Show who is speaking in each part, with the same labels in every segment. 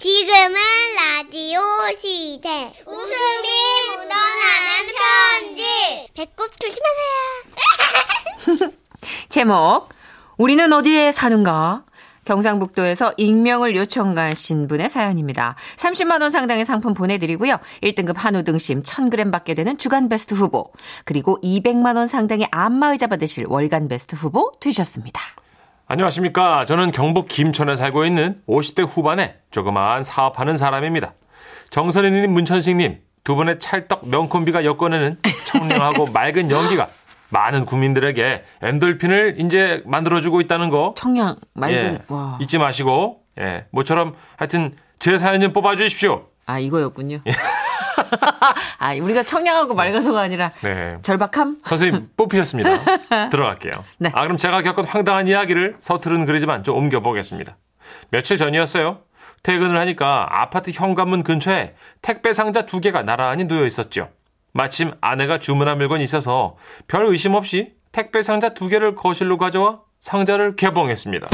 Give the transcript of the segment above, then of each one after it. Speaker 1: 지금은 라디오 시대. 웃음이 묻어나는 편지. 배꼽 조심하세요.
Speaker 2: 제목 우리는 어디에 사는가? 경상북도에서 익명을 요청하신 분의 사연입니다. 30만 원 상당의 상품 보내드리고요. 1등급 한우 등심 1000g 받게 되는 주간베스트 후보 그리고 200만 원 상당의 안마의자 받으실 월간베스트 후보 되셨습니다.
Speaker 3: 안녕하십니까. 저는 경북 김천에 살고 있는 50대 후반의 조그마한 사업하는 사람입니다. 정선희님, 문천식님 두 분의 찰떡 명콤비가 엮어내는 청량하고 맑은 연기가 많은 국민들에게 엔돌핀을 이제 만들어주고 있다는 거
Speaker 2: 청량 맑은
Speaker 3: 예,
Speaker 2: 와.
Speaker 3: 잊지 마시고 예, 모처럼 하여튼 제 사연 좀 뽑아주십시오.
Speaker 2: 아 이거였군요.
Speaker 3: 예.
Speaker 2: 아 우리가 청량하고 맑아서가 아니라
Speaker 3: 네.
Speaker 2: 절박함?
Speaker 3: 선생님 뽑히셨습니다. 들어갈게요.
Speaker 2: 네.
Speaker 3: 아 그럼 제가 겪은 황당한 이야기를 서투른 그리지만 좀 옮겨보겠습니다. 며칠 전이었어요. 퇴근을 하니까 아파트 현관문 근처에 택배 상자 두 개가 나란히 놓여 있었죠. 마침 아내가 주문한 물건이 있어서 별 의심 없이 택배 상자 두 개를 거실로 가져와 상자를 개봉했습니다.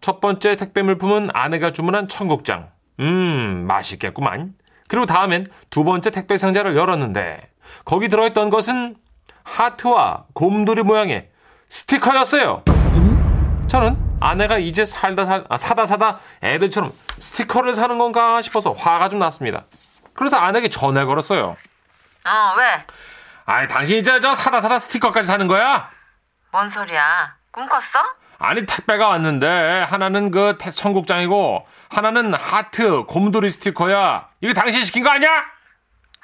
Speaker 3: 첫 번째 택배 물품은 아내가 주문한 청국장. 음, 맛있겠구만. 그리고 다음엔 두 번째 택배 상자를 열었는데 거기 들어있던 것은 하트와 곰돌이 모양의 스티커였어요. 저는 아내가 이제 살다 살, 아, 사다 사다 애들처럼 스티커를 사는 건가 싶어서 화가 좀 났습니다. 그래서 아내에게 전화를 걸었어요.
Speaker 2: 어 왜?
Speaker 3: 아니 당신이 저, 저 사다 사다 스티커까지 사는 거야?
Speaker 2: 뭔 소리야? 꿈꿨어?
Speaker 3: 아니 택배가 왔는데 하나는 그 태- 청국장이고 하나는 하트 곰돌이 스티커야. 이거 당신 시킨 거 아니야?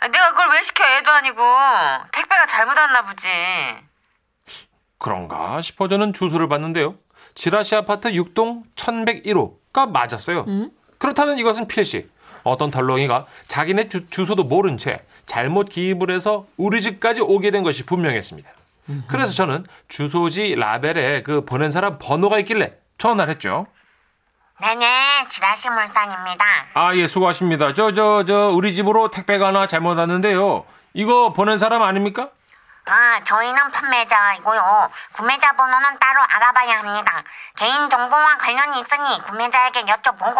Speaker 4: 아, 내가 그걸 왜 시켜? 애도 아니고 택배가 잘못 왔나 보지.
Speaker 3: 그런가 싶어 저는 주소를 봤는데요. 지라시 아파트 6동 1101호가 맞았어요. 그렇다면 이것은 필시. 어떤 덜렁이가 자기네 주, 주소도 모른 채 잘못 기입을 해서 우리 집까지 오게 된 것이 분명했습니다. 그래서 저는 주소지 라벨에 그 보낸 사람 번호가 있길래 전화를 했죠.
Speaker 4: 네네, 지라시 물상입니다.
Speaker 3: 아, 예, 수고하십니다. 저, 저, 저, 우리 집으로 택배가 하나 잘못 왔는데요. 이거 보낸 사람 아닙니까?
Speaker 4: 아, 저희는 판매자이고요. 구매자 번호는 따로 알아봐야 합니다. 개인 정보와 관련이 있으니 구매자에게 여쭤보고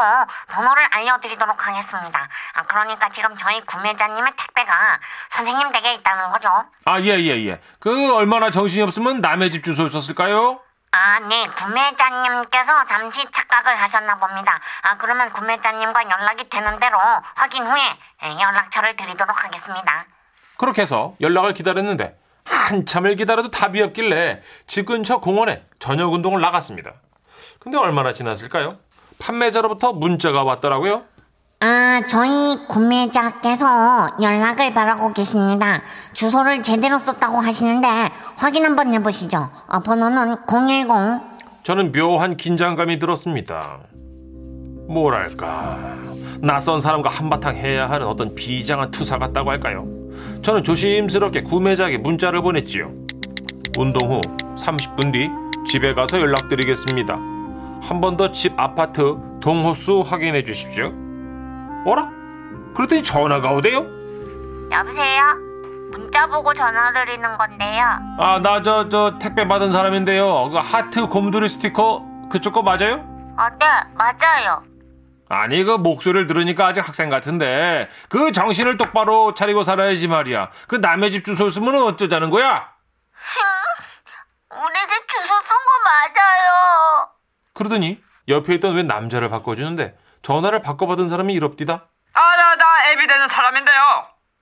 Speaker 4: 번호를 알려드리도록 하겠습니다. 아, 그러니까 지금 저희 구매자님의 택배가 선생님 댁에 있다는 거죠.
Speaker 3: 아, 예, 예, 예. 그, 얼마나 정신이 없으면 남의 집 주소를 썼을까요?
Speaker 4: 아, 네. 구매자님께서 잠시 착각을 하셨나 봅니다. 아, 그러면 구매자님과 연락이 되는 대로 확인 후에 예, 연락처를 드리도록 하겠습니다.
Speaker 3: 그렇게 해서 연락을 기다렸는데, 한참을 기다려도 답이 없길래 집 근처 공원에 저녁 운동을 나갔습니다. 근데 얼마나 지났을까요? 판매자로부터 문자가 왔더라고요.
Speaker 5: 아, 저희 구매자께서 연락을 바라고 계십니다. 주소를 제대로 썼다고 하시는데 확인 한번 해보시죠. 어, 번호는 010.
Speaker 3: 저는 묘한 긴장감이 들었습니다. 뭐랄까 낯선 사람과 한바탕 해야 하는 어떤 비장한 투사 같다고 할까요? 저는 조심스럽게 구매자에게 문자를 보냈지요. 운동 후 30분 뒤 집에 가서 연락드리겠습니다. 한 번 더 집 아파트 동호수 확인해 주십시오. 어라? 그랬더니 전화가 오대요?
Speaker 4: 여보세요? 문자 보고 전화 드리는 건데요.
Speaker 3: 아 나 저 저 택배 받은 사람인데요. 그 하트 곰돌이 스티커 그쪽 거 맞아요?
Speaker 4: 어, 네, 맞아요.
Speaker 3: 아니 그 목소리를 들으니까 아직 학생 같은데 그 정신을 똑바로 차리고 살아야지 말이야 그 남의 집 주소 쓰면 어쩌자는 거야
Speaker 4: 우리 집 주소 쓴 거 맞아요.
Speaker 3: 그러더니 옆에 있던 웬 남자를 바꿔주는데 전화를 바꿔받은 사람이 이럽디다
Speaker 6: 아, 나, 나 애비 되는 사람인데요.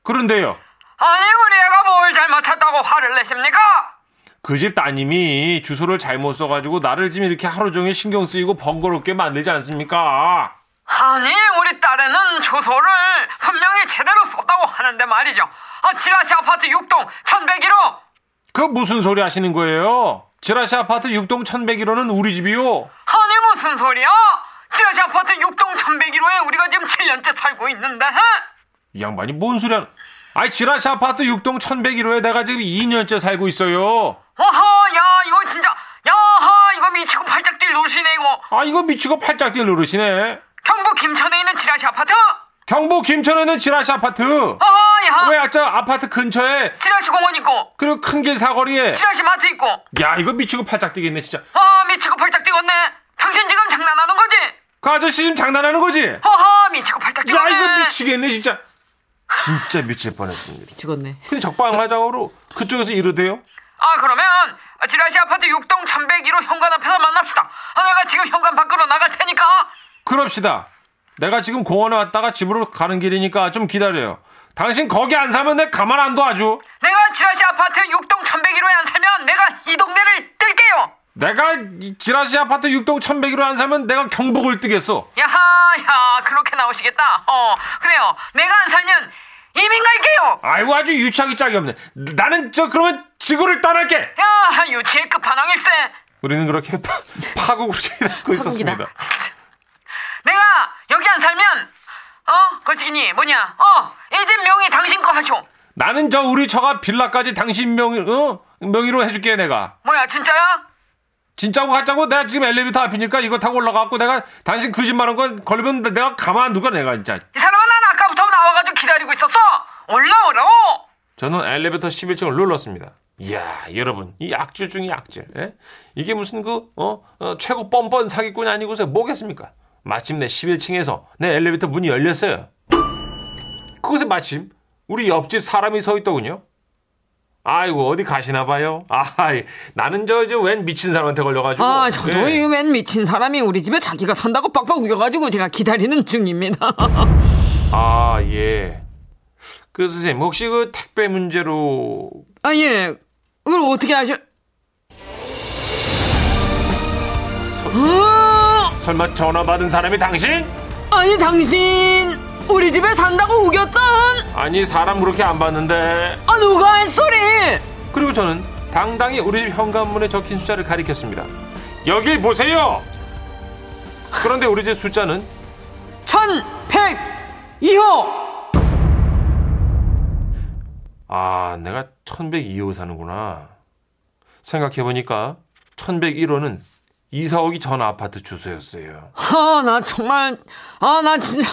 Speaker 3: 그런데요
Speaker 6: 아니, 우리 애가 뭘 잘못했다고 화를 내십니까?
Speaker 3: 그 집 따님이 주소를 잘못 써가지고 나를 지금 이렇게 하루 종일 신경 쓰이고 번거롭게 만들지 않습니까
Speaker 6: 아니, 우리 딸애는 주소를 분명히 제대로 썼다고 하는데 말이죠. 아, 지라시 아파트 6동 1101호.
Speaker 3: 그 무슨 소리 하시는 거예요 지라시 아파트 6동 1101호는 우리 집이요
Speaker 6: 아니, 무슨 소리야? 지라시 아파트 6동 1101호에 우리가 지금 7년째 살고 있는데. 헤?
Speaker 3: 이 양반이 뭔 소리 하는 아이 지라시 아파트 6동 1101호에 내가 지금 2년째 살고 있어요
Speaker 6: 어허, 야, 이거 진짜. 야하, 이거 미치고 팔짝 뛸 노시네, 이거.
Speaker 3: 아 이거 미치고 팔짝 뛸 노릇이네
Speaker 6: 경북 김천에 있는 지라시 아파트.
Speaker 3: 경북 김천에 있는 지라시 아파트
Speaker 6: 어허, 야.
Speaker 3: 왜 아짜 아파트 근처에
Speaker 6: 지라시 공원 있고,
Speaker 3: 그리고 큰 길 사거리에
Speaker 6: 지라시 마트 있고.
Speaker 3: 야 이거 미치고 팔짝 뛰겠네 진짜
Speaker 6: 아 미치고 팔짝 뛰었네 당신 지금 장난하는 거지?
Speaker 7: 그 아저씨 지금 장난하는 거지? 야
Speaker 6: 허허 미치고 팔짝 뛰네
Speaker 7: 이거 미치겠네 진짜. 진짜 미칠 뻔했습니다.
Speaker 2: 죽었네.
Speaker 7: 근데 적방하자고로
Speaker 3: 그쪽에서 이러대요?
Speaker 6: 아 그러면 지라시 아파트 6동 1101호 현관 앞에서 만납시다 아, 내가 지금 현관 밖으로 나갈 테니까
Speaker 7: 그럽시다. 내가 지금 공원에 왔다가 집으로 가는 길이니까 좀 기다려요. 당신 거기 안 사면 내 가만 안 둬아주.
Speaker 6: 내가 지라시 아파트 6동 1101호에 안 살면 내가 이 동네를 뜰게요
Speaker 7: 내가 이 지라시 아파트 6동 1101호 안 사면 내가 경북을 뜨겠어.
Speaker 6: 야하야 그렇게 나오시겠다 어 그래요 내가 안 살면 이민 갈게요
Speaker 7: 아이고 아주 유착이 짝이 없네. 나는 저 그러면 지구를 떠날게.
Speaker 6: 야 유치의 끝판왕일세
Speaker 3: 우리는 그렇게 파- 파국으로 지내고 있었습니다.
Speaker 6: 내가 여기 안 살면 어 거치기니 뭐냐 어이 집 명의 당신 거 하쇼
Speaker 7: 나는 저 우리 처가 빌라까지 당신 명의 어? 명의로 해줄게 내가.
Speaker 6: 뭐야 진짜야?
Speaker 7: 진짜고 가짜고 내가 지금 엘리베이터 앞이니까 이거 타고 올라가고 내가 당신 거짓말한 건 걸리면 내가 가만 안 누가 내가 진짜.
Speaker 6: 이 사람아 난 아까부터 나와가지고 기다리고 있었어 올라오라고
Speaker 3: 저는 엘리베이터 11층을 눌렀습니다. 이야, 여러분, 이 악질 중의 악질. 예? 이게 무슨 그, 어, 어, 최고 뻔뻔 사기꾼이 아니고서 뭐겠습니까? 마침 내 11층에서 내 엘리베이터 문이 열렸어요. 그곳에 마침 우리 옆집 사람이 서 있더군요. 아이고, 어디 가시나 봐요. 아이, 나는 저, 저, 웬 미친 사람한테 걸려가지고.
Speaker 2: 아, 저도
Speaker 3: 예.
Speaker 2: 이맨 미친 사람이 우리 집에 자기가 산다고 빡빡 우겨가지고 제가 기다리는 중입니다.
Speaker 3: 아, 예. 그 선생님, 혹시 그 택배 문제로
Speaker 2: 아, 예. 그걸 어떻게 아셔? 어,
Speaker 3: 설마 전화 받은 사람이 당신?
Speaker 2: 아니, 당신, 우리 집에 산다고 우겼던,
Speaker 3: 아니, 사람 그렇게 안 봤는데.
Speaker 2: 아, 누가 할 소리!
Speaker 3: 그리고 저는 당당히 우리 집 현관문에 적힌 숫자를 가리켰습니다. 여길 보세요. 그런데 우리 집 숫자는
Speaker 2: 1102호!
Speaker 3: 아, 내가 1102호 사는구나. 생각해 보니까 1101호는 이사 오기 전 아파트 주소였어요.
Speaker 2: 아, 나 정말, 아, 나 진짜,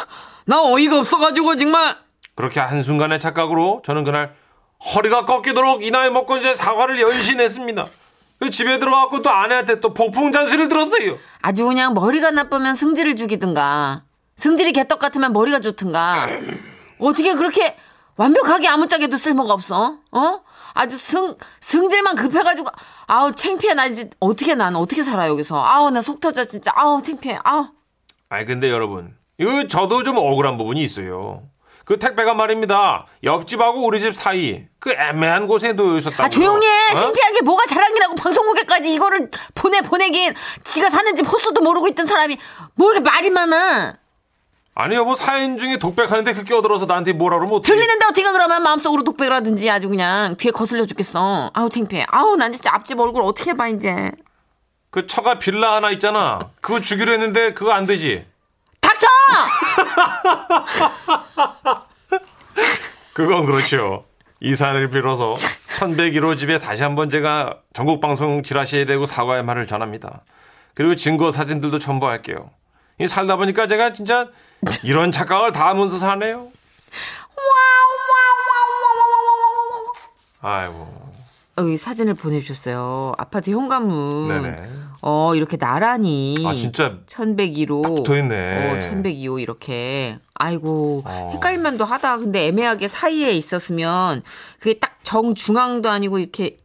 Speaker 2: 나 어이가 없어가지고 정말,
Speaker 3: 그렇게 한순간의 착각으로 저는 그날 허리가 꺾이도록 이 나이 먹고 이제 사과를 연신했습니다. 집에 들어가고 또 아내한테 또 폭풍 잔소리를 들었어요.
Speaker 2: 아주 그냥 머리가 나쁘면 승질을 죽이든가 승질이 개떡 같으면 머리가 좋든가 어떻게 그렇게 완벽하게 아무짝에도 쓸모가 없어 어 아주 승 승질만 급해가지고 아우 창피해 나 이제 어떻게 난 어떻게 살아 여기서 아우 나 속 터져 진짜 아우 창피해 아우
Speaker 3: 아니 근데 여러분 이거 저도 좀 억울한 부분이 있어요 그 택배가 말입니다 옆집하고 우리 집 사이 그 애매한 곳에 놓여 있었다고
Speaker 2: 아 조용히 해
Speaker 3: 어?
Speaker 2: 창피한 게 뭐가 자랑이라고 방송국에까지 이거를 보내 보내긴 지가 사는 집 호수도 모르고 있던 사람이 뭐 이렇게 말이 많아
Speaker 3: 아니 여보 사연 중에 독백하는데 그 끼어들어서 나한테 뭐라 그러면 어떡해
Speaker 2: 들리는데 어떻게 그러면 마음속으로 독백을 하든지 아주 그냥 귀에 거슬려 죽겠어. 아우 창피해. 아우 난 진짜 앞집 얼굴 어떻게 봐 이제.
Speaker 3: 그 처가 빌라 하나 있잖아 그거 주기로 했는데 그거 안 되지
Speaker 2: 닥쳐!
Speaker 3: 그건 그렇죠 이사를 빌어서 1101호 집에 다시 한번 제가 전국 방송 지라시에 대고 사과의 말을 전합니다 그리고 증거 사진들도 첨부할게요 이 살다 보니까 제가 진짜 이런 착각을 다 하면서 사네요 아이고.
Speaker 2: 여기 사진을 보내주셨어요. 아파트 현관문.
Speaker 3: 네네.
Speaker 2: 어 음. 이렇게 나란히.
Speaker 3: 아, 진짜
Speaker 2: 1102호.
Speaker 3: 붙어있네.
Speaker 2: 어 1102호 이렇게. 아이고
Speaker 3: 어.
Speaker 2: 헷갈만도 하다. 근데 애매하게 사이에 있었으면 그게 딱 정 중앙도 아니고 이렇게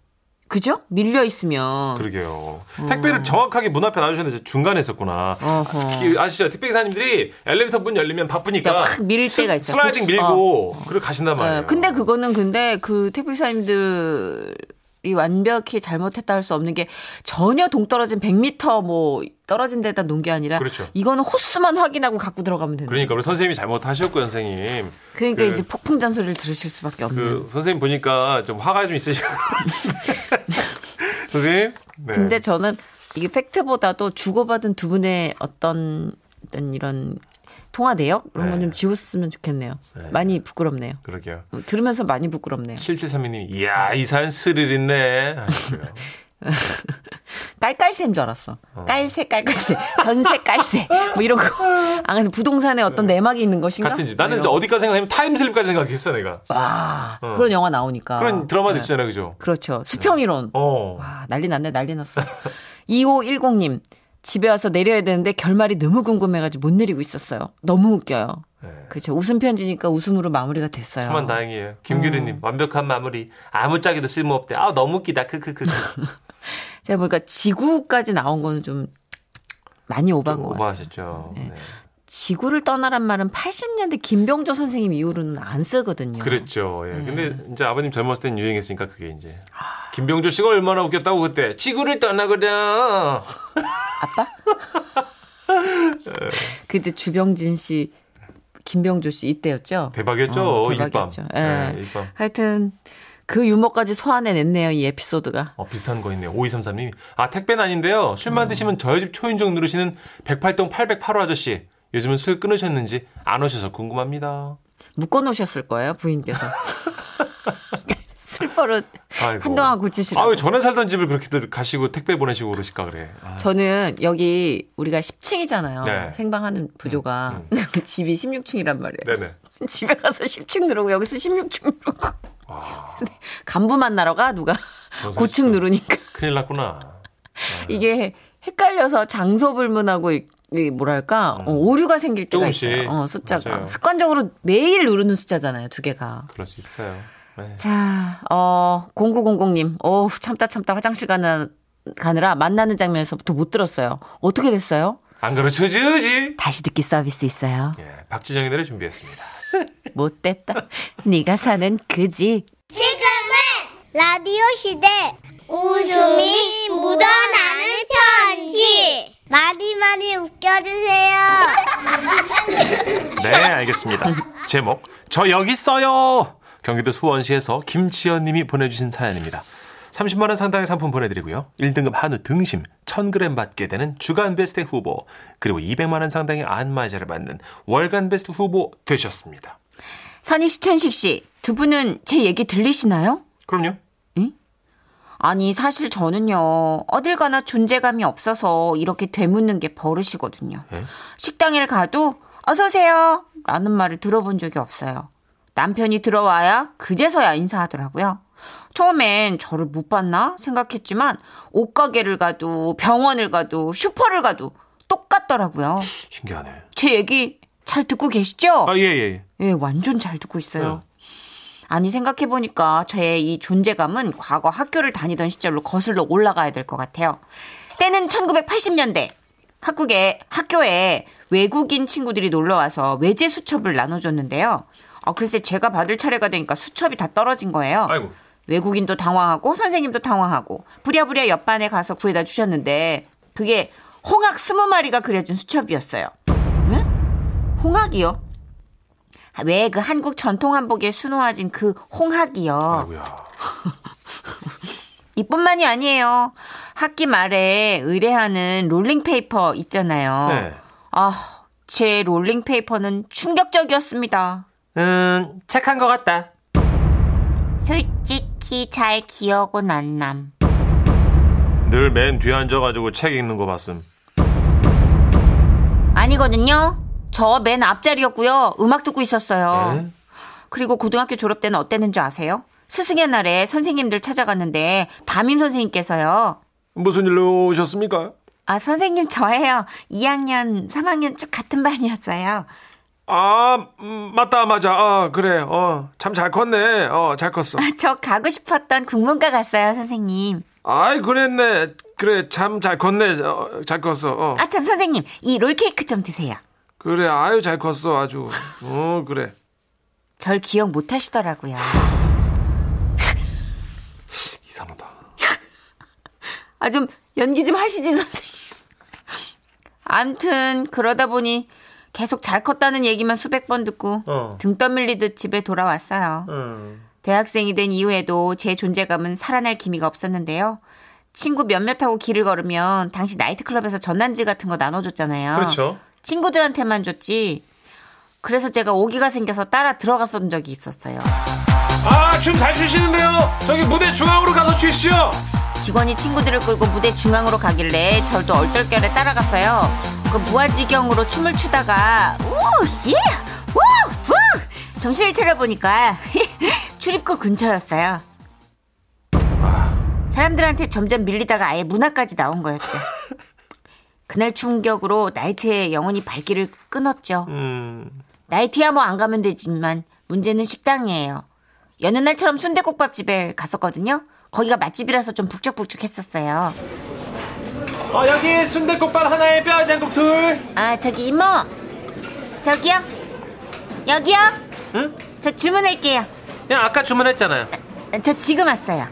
Speaker 2: 그죠? 밀려 있으면.
Speaker 3: 그러게요. 택배를 정확하게 문 앞에 놔주셨는데 중간에 있었구나.
Speaker 2: 음. 어허.
Speaker 3: 아, 기- 아시죠? 택배 기사님들이 엘리베이터 문 열리면 바쁘니까
Speaker 2: 진짜 확 밀 때가 있어요.
Speaker 3: 슬라이딩
Speaker 2: 혹시-
Speaker 3: 밀고 아, 예. 그리고 가신단 말이에요.
Speaker 2: 네, 근데 그거는 근데 그 택배사님들이 완벽히 잘못했다 할 수 없는 게 전혀 동떨어진 100m 뭐 떨어진 데다 놓은 게 아니라
Speaker 3: 그렇죠.
Speaker 2: 이거는 호수만 확인하고 갖고 들어가면 되는 거예요.
Speaker 3: 그러니까 우리 선생님이 잘못하셨고 선생님.
Speaker 2: 그러니까
Speaker 3: 그-
Speaker 2: 이제 폭풍 잔소리를 들으실 수밖에 없는.
Speaker 3: 그 선생님 보니까 좀 화가 좀 있으신 것 같은데. 선생님. 네.
Speaker 2: 근데 저는 이게 팩트보다도 주고받은 두 분의 어떤 어떤 이런 통화 내역 이런 건
Speaker 3: 네.
Speaker 2: 좀 지웠으면 좋겠네요. 많이 부끄럽네요.
Speaker 3: 그러게요.
Speaker 2: 들으면서 많이 부끄럽네요.
Speaker 3: 7732님, 이야, 이 사연 스릴 있네. 하셨고요.
Speaker 2: 깔깔새인 줄 알았어. 깔새, 깔깔새, 전세 깔새 뭐 이런 거. 아 근데 부동산에 어떤 내막이 있는 것인가?
Speaker 3: 네.
Speaker 2: 뭐
Speaker 3: 같은 집. 나는
Speaker 2: 이런
Speaker 3: 이제 어디까지 생각하면 타임슬립까지 생각했어, 내가.
Speaker 2: 와 그런 영화 나오니까.
Speaker 3: 그런 드라마도
Speaker 2: 네.
Speaker 3: 있잖아요, 그죠?
Speaker 2: 그렇죠. 수평이론.
Speaker 3: 어.
Speaker 2: 와 난리 났네, 난리 났어. 2510님. 집에 와서 내려야 되는데 결말이 너무 궁금해가지고 못 내리고 있었어요. 너무 웃겨요. 그렇죠. 웃음 편지니까 웃음으로 마무리가 됐어요.
Speaker 3: 정말 네. 다행이에요.
Speaker 2: 음.
Speaker 3: 김규리님 완벽한 마무리. 아무 짝에도 쓸모없대. 아 너무 웃기다. 크크크.
Speaker 2: 제가 보니까 지구까지 나온 거는 좀 많이 오반 것 같아요.
Speaker 3: 오버하셨죠. 네.
Speaker 2: 지구를 떠나란 말은 80년대 김병조 선생님 이후로는 안 쓰거든요.
Speaker 3: 그랬죠. 예.
Speaker 2: 네.
Speaker 3: 근데 이제 아버님 젊었을 땐 유행했으니까 그게 이제
Speaker 2: 아.
Speaker 3: 김병조 씨가 얼마나 웃겼다고 그때 지구를 떠나거라.
Speaker 2: 그때 주병진 씨, 김병조 씨 이때였죠.
Speaker 3: 대박이었죠.
Speaker 2: 어,
Speaker 3: 일밤.
Speaker 2: 대박이었죠. 예.
Speaker 3: 예, 일밤.
Speaker 2: 하여튼 그 유머까지 소화내냈네요. 이 에피소드가.
Speaker 3: 어, 비슷한 거 있네요. 5233님이. 아, 택배는 아닌데요.
Speaker 2: 음.
Speaker 3: 술만 드시면 저희 집 초인종 누르시는 108동 808호 아저씨. 요즘은 술 끊으셨는지 안 오셔서 궁금합니다.
Speaker 2: 묶어놓으셨을 거예요. 부인께서. 슬퍼로
Speaker 3: 아이고.
Speaker 2: 한동안 고치시라고.
Speaker 3: 아왜 전에 살던 집을 그렇게들 가시고 택배 보내시고 그러실까 그래. 아,
Speaker 2: 저는 여기 우리가 10층이잖아요.
Speaker 3: 네. 음,
Speaker 2: 생방하는 부조가 집이 16층이란 말이에요.
Speaker 3: 네네.
Speaker 2: 집에 가서 10층 누르고 여기서 16층 누르고 간부 만나러 가 누가
Speaker 3: 사실
Speaker 2: 고층
Speaker 3: 또-
Speaker 2: 누르니까
Speaker 3: 큰일 났구나. 네.
Speaker 2: 이게 헷갈려서 장소 불문하고 이- 이 뭐랄까 어, 오류가 생길 때가
Speaker 3: 음. 조금씩.
Speaker 2: 있어요. 어, 숫자가
Speaker 3: 맞아요.
Speaker 2: 습관적으로 매일 누르는 숫자잖아요. 두 개가.
Speaker 3: 그럴 수 있어요. 네.
Speaker 2: 자, 어, 0900님. 어 참다 참다 화장실 가는, 가느라 만나는 장면에서부터 못 들었어요. 어떻게 됐어요?
Speaker 3: 안 그렇죠, 지지?
Speaker 2: 다시 듣기 서비스 있어요.
Speaker 3: 예, 박지정의 노래 준비했습니다.
Speaker 2: 못 됐다. 네가 사는 그 집.
Speaker 1: 지금은 라디오 시대 웃음이 묻어나는 편지 많이 많이 웃겨주세요
Speaker 3: 네, 알겠습니다. 제목 저 여기 있어요. 경기도 수원시에서 김지연 님이 보내주신 사연입니다. 30만 원 상당의 상품 보내드리고요. 1등급 한우 등심 1000g 받게 되는 주간베스트 후보 그리고 200만 원 상당의 안마자를 받는 월간베스트 후보 되셨습니다.
Speaker 2: 선희 씨, 천식 씨. 두 분은 제 얘기 들리시나요?
Speaker 3: 그럼요.
Speaker 2: 아니, 사실 저는요, 어딜 가나 존재감이 없어서 이렇게 되묻는 게 버릇이거든요.
Speaker 3: 에?
Speaker 2: 식당에 가도, 어서오세요! 라는 말을 들어본 적이 없어요. 남편이 들어와야 그제서야 인사하더라고요. 처음엔 저를 못 봤나 생각했지만, 옷가게를 가도, 병원을 가도, 슈퍼를 가도 똑같더라고요.
Speaker 3: 신기하네.
Speaker 2: 제 얘기 잘 듣고 계시죠?
Speaker 3: 아, 예, 예.
Speaker 2: 예, 완전 잘 듣고 있어요. 아니 생각해보니까 제 이 존재감은 과거 학교를 다니던 시절로 거슬러 올라가야 될 것 같아요. 때는 1980년대 학국에 학교에 외국인 친구들이 놀러와서 외제 수첩을 나눠줬는데요. 아 글쎄 제가 받을 차례가 되니까 수첩이 다 떨어진 거예요.
Speaker 3: 아이고.
Speaker 2: 외국인도 당황하고 선생님도 당황하고 부랴부랴 옆반에 가서 구해다 주셨는데 그게 홍학 스무 마리가 그려진 수첩이었어요. 응? 홍학이요? 왜 그 한국 전통 한복에 수놓아진 그 홍학이요.
Speaker 3: 아이고야.
Speaker 2: 이뿐만이 아니에요. 학기 말에 의뢰하는 롤링페이퍼
Speaker 5: 어.
Speaker 2: 있잖아요.
Speaker 3: 네.
Speaker 2: 아, 제 롤링페이퍼는 충격적이었습니다.
Speaker 3: 음, 착한 것 같다.
Speaker 5: 솔직히 잘 기억은 안 남.
Speaker 3: 늘 맨 뒤에 앉아가지고 책 읽는 거 봤음.
Speaker 2: 아니거든요. 저 맨 앞자리였고요. 음악 듣고 있었어요.
Speaker 3: 네?
Speaker 2: 그리고 고등학교 졸업 때는 어땠는지 아세요? 스승의 날에 선생님들 찾아갔는데 담임 선생님께서요.
Speaker 3: 무슨 일로 오셨습니까?
Speaker 2: 아, 선생님 저예요. 2학년, 3학년 쭉 같은 반이었어요.
Speaker 7: 아, 음, 맞다, 맞아. 아, 그래. 어, 참 잘 컸네. 어, 잘 컸어.
Speaker 2: 아, 저 가고 싶었던 국문과 갔어요, 선생님.
Speaker 7: 아이, 그랬네. 그래, 참 잘 컸네. 어, 잘 컸어. 어.
Speaker 2: 아, 참, 선생님. 이 롤케이크 좀 드세요.
Speaker 7: 그래, 아유, 잘 컸어. 아주. 어, 그래.
Speaker 2: 절 기억 못 하시더라고요.
Speaker 3: 이상하다.
Speaker 2: 아, 좀 연기 좀 하시지, 선생님. 암튼, 그러다 보니 계속 잘 컸다는 얘기만 수백 번 듣고
Speaker 3: 어.
Speaker 2: 등 떠밀리듯 집에 돌아왔어요. 대학생이 된 이후에도 제 존재감은 살아날 기미가 없었는데요. 친구 몇몇하고 길을 걸으면 당시 나이트클럽에서 전단지 같은 거 나눠줬잖아요.
Speaker 3: 그렇죠.
Speaker 2: 친구들한테만 줬지. 그래서 제가 오기가 생겨서 따라 들어갔던 적이 있었어요.
Speaker 7: 아, 춤 잘 추시는데요? 저기 무대 중앙으로 가서 추시죠.
Speaker 2: 직원이 친구들을 끌고 무대 중앙으로 가길래 저도 얼떨결에 따라갔어요. 그 무아지경으로 춤을 추다가 우 예! 우! 우! 정신을 차려보니까 출입구 근처였어요. 사람들한테 점점 밀리다가 아예 문 앞까지 나온 거였죠.
Speaker 5: 그날 충격으로 나이트에 영원히 발길을 끊었죠.
Speaker 2: 음,
Speaker 5: 나이트야 뭐 안 가면 되지만 문제는 식당이에요. 여느 날처럼 순대국밥집에 갔었거든요. 거기가 맛집이라서 좀 북적북적했었어요.
Speaker 3: 어, 여기 순대국밥 하나에 뼈장국 둘.
Speaker 5: 아 저기 이모 저기요 여기요
Speaker 3: 응?
Speaker 5: 저 주문할게요.
Speaker 3: 야, 아까 주문했잖아요.
Speaker 5: 아, 저 지금 왔어요.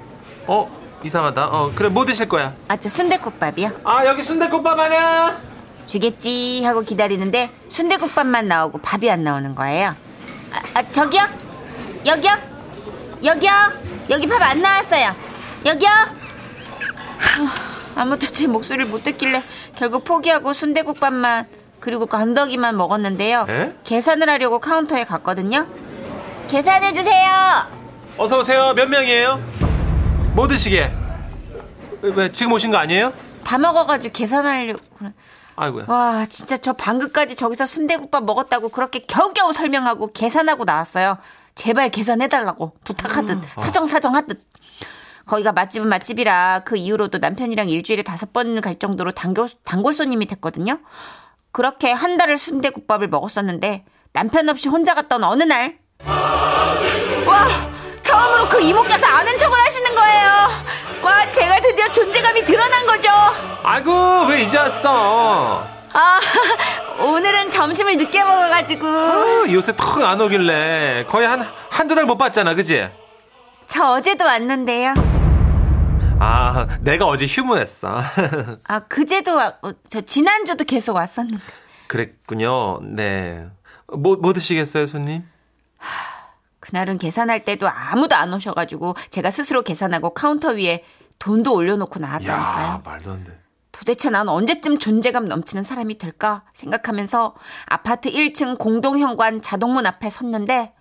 Speaker 3: 어, 이상하다. 어, 그래, 뭐 드실 거야?
Speaker 5: 아 저 순대국밥이요.
Speaker 3: 아, 여기 순대국밥 하나.
Speaker 5: 주겠지 하고 기다리는데 순대국밥만 나오고 밥이 안 나오는 거예요. 아, 아, 저기요 여기요 여기요 여기 밥 안 나왔어요. 여기요. 아, 아무도 제 목소리를 못 듣길래 결국 포기하고 순대국밥만 그리고 건더기만 먹었는데요.
Speaker 3: 에?
Speaker 5: 계산을 하려고 카운터에 갔거든요. 계산해 주세요.
Speaker 3: 어서 오세요. 몇 명이에요? 뭐 드시게? 왜, 왜, 지금 오신 거 아니에요?
Speaker 5: 다 먹어가지고 계산하려고. 그래.
Speaker 3: 아이고야.
Speaker 5: 와, 진짜 저 방금까지 저기서 순대국밥 먹었다고 그렇게 겨우겨우 설명하고 계산하고 나왔어요. 제발 계산해달라고 부탁하듯 사정사정 하듯. 거기가 맛집은 맛집이라 그 이후로도 남편이랑 일주일에 다섯 번 갈 정도로 단골, 단골 손님이 됐거든요. 그렇게 한 달을 순대국밥을 먹었었는데 남편 없이 혼자 갔던 어느 날 와 처음으로 그 이모께서 아는 척을 하시는 거예요. 와 제가 드디어 존재감이 드러난 거죠.
Speaker 3: 아이고, 왜 이제 왔어?
Speaker 5: 아, 오늘은 점심을 늦게 먹어가지고
Speaker 3: 아, 요새 턱 안 오길래 거의 한, 한두 달 못 봤잖아, 그지?
Speaker 5: 저 어제도 왔는데요.
Speaker 3: 아, 내가 어제 휴무했어.
Speaker 5: 아, 그제도 왔고 저 지난주도 계속 왔었는데.
Speaker 3: 그랬군요. 네. 뭐, 뭐 드시겠어요, 손님?
Speaker 5: 그날은 계산할 때도 아무도 안 오셔가지고 제가 스스로 계산하고 카운터 위에 돈도 올려놓고 나왔다니까요.
Speaker 3: 야 말도 안 돼.
Speaker 5: 도대체 난 언제쯤 존재감 넘치는 사람이 될까 생각하면서 아파트 1층 공동현관 자동문 앞에 섰는데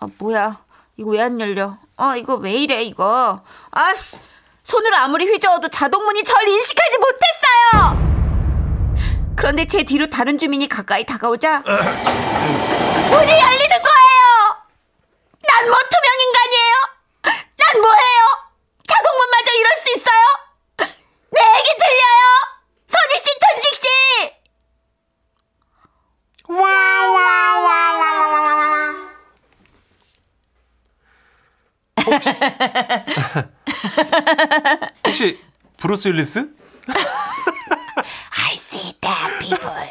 Speaker 5: 아 뭐야 이거 왜 안 열려 아 이거 왜 이래 이거 아씨 손으로 아무리 휘저어도 자동문이 절 인식하지 못했어요 그런데 제 뒤로 다른 주민이 가까이 다가오자 문이 열리는 거예요 난 뭐 투명 인간이에요 난 뭐예요 자동문마저 이럴 수 있어요 내 얘기 들려요? 선희 씨, 천식 씨!
Speaker 3: 혹시 브루스 윌리스?
Speaker 5: I see dead people.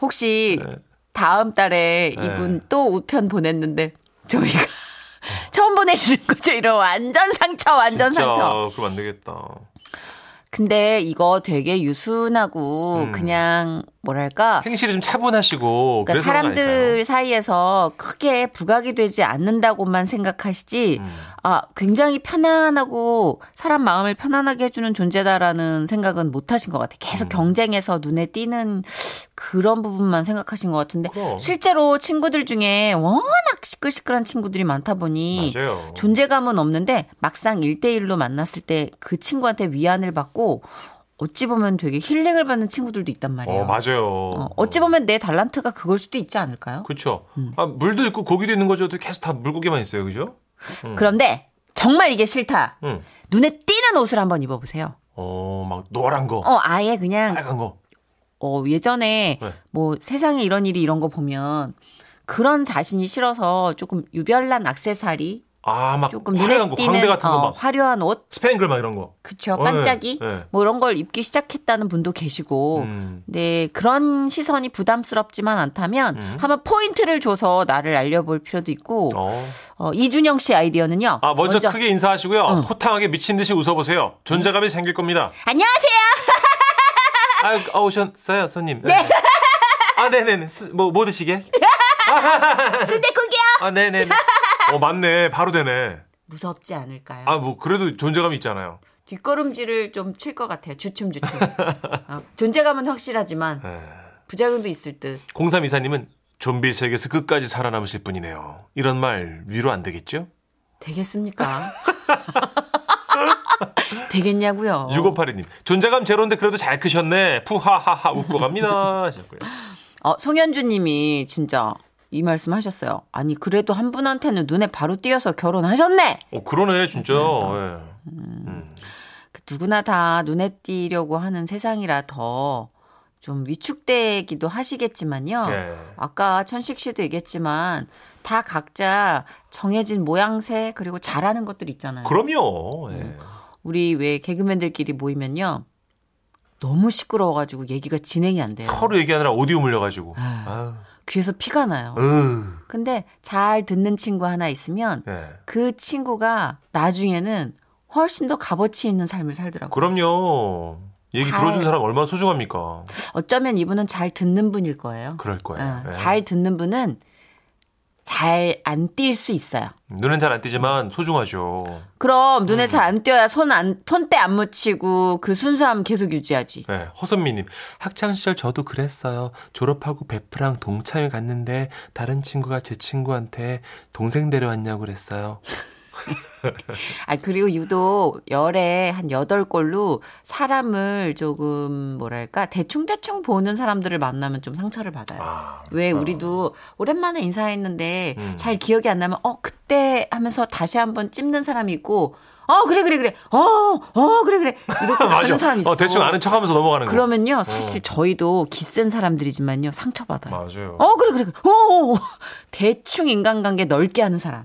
Speaker 5: 혹시
Speaker 3: 네.
Speaker 5: 다음 달에 이분 또 우편 보냈는데 저희가 처음 보내시는 거죠? 이런 완전 상처, 완전 상처.
Speaker 3: 진짜, 그럼 안 되겠다.
Speaker 5: 근데 이거 되게
Speaker 3: 음.
Speaker 5: 유순하고 그냥 뭐랄까
Speaker 3: 행실이 좀 차분하시고
Speaker 5: 그러니까
Speaker 3: 그래서 그런 거 아닐까요?
Speaker 5: 사람들 사이에서 크게 부각이 되지 않는다고만 생각하시지,
Speaker 3: 음.
Speaker 5: 아, 굉장히 편안하고 사람 마음을 편안하게 해주는 존재다라는 생각은 못 하신 것 같아요.
Speaker 3: 음.
Speaker 5: 계속 경쟁에서 눈에 띄는 그런 부분만 생각하신 것 같은데,
Speaker 2: 그럼.
Speaker 5: 실제로 친구들 중에 워낙 시끌시끌한 친구들이 많다 보니,
Speaker 2: 맞아요.
Speaker 5: 존재감은 없는데 막상 일대일로 만났을 때 그 친구한테 위안을 받고, 어찌 보면 되게 힐링을 받는 친구들도 있단 말이에요.
Speaker 2: 어, 맞아요.
Speaker 5: 어, 어찌 보면 음. 내 달란트가 그걸 수도 있지
Speaker 3: 어,
Speaker 5: 않을까요?
Speaker 2: 그렇죠. 아, 물도 있고 고기도 있는 거죠. 어떻게 계속 다 물고기만 있어요, 그죠?
Speaker 5: 그런데 정말 이게 싫다.
Speaker 2: 응.
Speaker 5: 눈에 띄는 옷을 한번 입어보세요.
Speaker 2: 어, 막 노란 거,
Speaker 5: 어, 아예 그냥
Speaker 2: 빨간 거.
Speaker 5: 어, 예전에
Speaker 2: 네.
Speaker 5: 뭐 세상에 이런 일이 이런 거 보면 그런 자신이 싫어서 조금 유별난 악세사리,
Speaker 2: 아, 막
Speaker 5: 조금
Speaker 2: 화려한
Speaker 5: 눈에
Speaker 2: 거,
Speaker 5: 띄는
Speaker 2: 광대 같은 거
Speaker 5: 어,
Speaker 2: 막.
Speaker 5: 화려한 옷,
Speaker 2: 스팽글 막 이런 거.
Speaker 5: 그쵸?
Speaker 2: 어, 네.
Speaker 5: 반짝이
Speaker 2: 네.
Speaker 5: 뭐 이런 걸 입기 시작했다는 분도 계시고.
Speaker 2: 음.
Speaker 5: 네, 그런 시선이 부담스럽지만 않다면 한번 포인트를 줘서 나를 알려볼 필요도 있고
Speaker 2: 음. 어.
Speaker 5: 어, 이준영 씨 아이디어는요.
Speaker 2: 아, 먼저, 크게 인사하시고요. 호탕하게 미친 듯이 웃어보세요. 존재감이 생길 겁니다.
Speaker 5: 안녕하세요.
Speaker 3: 아, 아, 오셨어요, 손님. 네. 아, 네네네. 수- 뭐, 뭐 드시게?
Speaker 5: 순대국이요.
Speaker 3: 아, 네네네.
Speaker 2: 어, 맞네. 바로 되네.
Speaker 5: 무섭지 않을까요?
Speaker 2: 아, 뭐, 그래도 존재감이 있잖아요.
Speaker 5: 뒷걸음질을 좀 칠 것 같아요. 주춤주춤. 어, 존재감은 확실하지만
Speaker 2: 예.
Speaker 5: 부작용도 있을 듯.
Speaker 3: 공삼 이사님은 좀비 세계에서 끝까지 살아남으실 분이네요. 이런 말 위로 안 되겠죠?
Speaker 5: 되겠습니까? 되겠냐고요.
Speaker 3: 6582님. 존재감 제로인데 그래도 잘 크셨네. 푸하하하 웃고 갑니다. 하셨고요.
Speaker 5: 어, 송현주님이 진짜 이 말씀하셨어요. 아니 그래도 한 분한테는 눈에 바로 띄어서 결혼하셨네.
Speaker 2: 어, 그러네, 진짜. 예.
Speaker 5: 그
Speaker 2: 누구나 다 눈에 띄려고 하는 세상이라 더 좀 위축되기도 하시겠지만요.
Speaker 3: 네.
Speaker 2: 아까 천식 씨도 얘기했지만 다 각자 정해진 모양새 그리고 잘하는 것들 있잖아요.
Speaker 3: 그럼요. 예.
Speaker 2: 우리 왜 개그맨들끼리 모이면요. 너무 시끄러워가지고 얘기가 진행이 안 돼요.
Speaker 3: 서로 얘기하느라 오디오 물려가지고. 아유,
Speaker 2: 귀에서 피가
Speaker 3: 어?
Speaker 2: 나요.
Speaker 3: 으.
Speaker 2: 근데 잘 듣는 친구 하나 있으면
Speaker 3: 네.
Speaker 2: 그 친구가 나중에는 훨씬 더 값어치 있는 삶을 살더라고요.
Speaker 3: 그럼요. 얘기
Speaker 2: 잘-
Speaker 3: 들어준 사람 얼마나 소중합니까?
Speaker 2: 어쩌면 이분은 잘 듣는 분일 거예요.
Speaker 3: 그럴 거예요.
Speaker 2: 어,
Speaker 3: 예.
Speaker 2: 잘 듣는 분은 잘 안 뛸 수 있어요.
Speaker 3: 눈엔 잘 안 띄지만 소중하죠.
Speaker 2: 그럼 눈에 잘 안 띄어야 손 안, 손때 안 묻히고 그 순수함 계속 유지하지.
Speaker 3: 예, 허선미님 학창 시절 저도 그랬어요. 졸업하고 베프랑 동창회 갔는데 다른 친구가 제 친구한테 동생 데려왔냐고 그랬어요.
Speaker 2: 아, 그리고 유독 열에 한 여덟 골로 사람을 조금 뭐랄까, 대충대충 보는 사람들을 만나면 좀 상처를 받아요.
Speaker 3: 아,
Speaker 2: 왜 우리도 오랜만에 인사했는데
Speaker 3: 음.
Speaker 2: 잘 기억이 안 나면 어 그때 하면서 다시 한번 찝는 사람이 있고 어 그래 그래 그래 어 어 그래 그래 이렇게 하는 사람이 있어.
Speaker 3: 어, 대충 아는 척하면서 넘어가는 거.
Speaker 2: 그러면요 사실 저희도 기센 사람들이지만요 상처받아요.
Speaker 3: 맞아요.
Speaker 2: 어 그래 그래 그래 어, 어 대충 인간관계 넓게 하는 사람.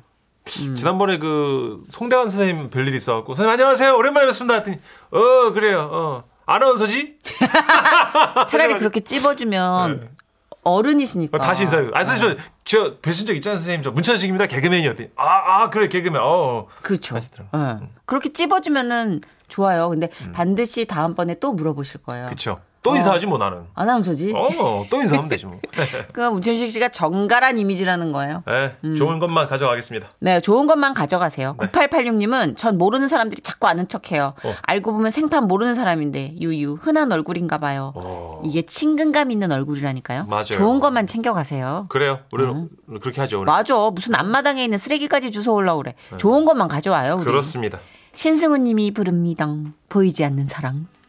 Speaker 3: 음.
Speaker 2: 음.
Speaker 3: 지난번에 그 송대관 선생님 별일 이 있어갖고 선생님 안녕하세요 오랜만에 뵙습니다 했더니 어 그래요 어 아나운서지
Speaker 2: 차라리 그렇게 찝어주면 어른이시니까.
Speaker 3: 네. 다시 인사해요 아 선생님
Speaker 2: 음.
Speaker 3: 저, 저 뵈신 적 있잖아요 선생님 저 문천식입니다 개그맨이었더니 아아 그래 개그맨 어
Speaker 2: 그렇죠.
Speaker 3: 하시더라고요. 음.
Speaker 2: 예. 그렇게 찝어주면은 좋아요. 근데 반드시 다음번에 또 물어보실 거예요.
Speaker 3: 그쵸 또 인사하지 뭐 나는
Speaker 2: 아나운서지?
Speaker 3: 어또 인사하면 되지 뭐
Speaker 2: 그러니까 문천식 씨가 정갈한 이미지라는 거예요.
Speaker 3: 네, 좋은 것만 가져가겠습니다
Speaker 2: 네, 좋은 것만 가져가세요. 9886님은 전 모르는 사람들이 자꾸 아는 척해요.
Speaker 3: 네. 어.
Speaker 2: 알고 보면 생판 모르는 사람인데 유유 흔한 얼굴인가 봐요.
Speaker 3: 어.
Speaker 2: 이게 친근감 있는 얼굴이라니까요.
Speaker 3: 맞아요.
Speaker 2: 좋은 것만 챙겨가세요.
Speaker 3: 그래요 우리는
Speaker 2: 음.
Speaker 3: 그렇게 하죠 오늘
Speaker 2: 맞아. 무슨 앞마당에 있는 쓰레기까지 주워 올라 오래.
Speaker 3: 네.
Speaker 2: 좋은 것만 가져와요. 우리.
Speaker 3: 그렇습니다
Speaker 2: 신승우님이 부릅니다. 보이지 않는 사랑.